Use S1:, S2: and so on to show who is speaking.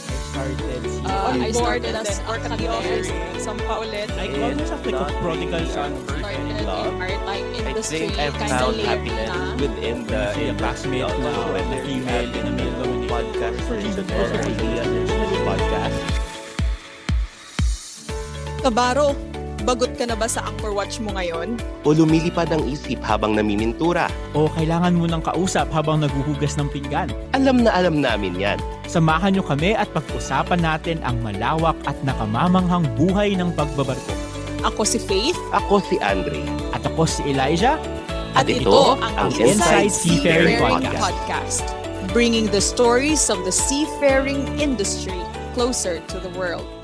S1: boarded here.
S2: Uh, I started
S3: and
S2: as
S3: then work at the office.
S2: culinary, somehow ulit.
S1: I call myself like a
S4: Not
S1: prodigal
S4: really
S1: son
S4: a
S1: first
S2: Started
S1: and in
S2: in
S1: love.
S2: maritime
S4: I
S2: industry,
S4: think I
S2: kind
S4: found
S2: of
S4: happiness
S2: na.
S4: within the
S1: Kasi a
S4: industry
S1: blacksmith
S4: also,
S1: now and a female in a male dominated
S4: podcast
S1: industry.
S4: is an idea podcast.
S3: Kabaro, bagot ka na ba sa Angkor Watch mo ngayon?
S5: O lumilipad ang isip habang namimintura.
S1: O Oh, kailangan mo ng kausap habang naghuhugas ng pinggan.
S5: Alam na alam namin yan.
S1: Samahan niyo kami at pag-usapan natin ang malawak at nakamamanghang buhay ng pagbabarko.
S3: Ako si Faith,
S5: Ako si Andre.
S1: At ako si Elijah.
S5: At ito, ang Inside
S1: Seafaring Podcast.
S3: Podcast, bringing the stories of the seafaring industry closer to the world.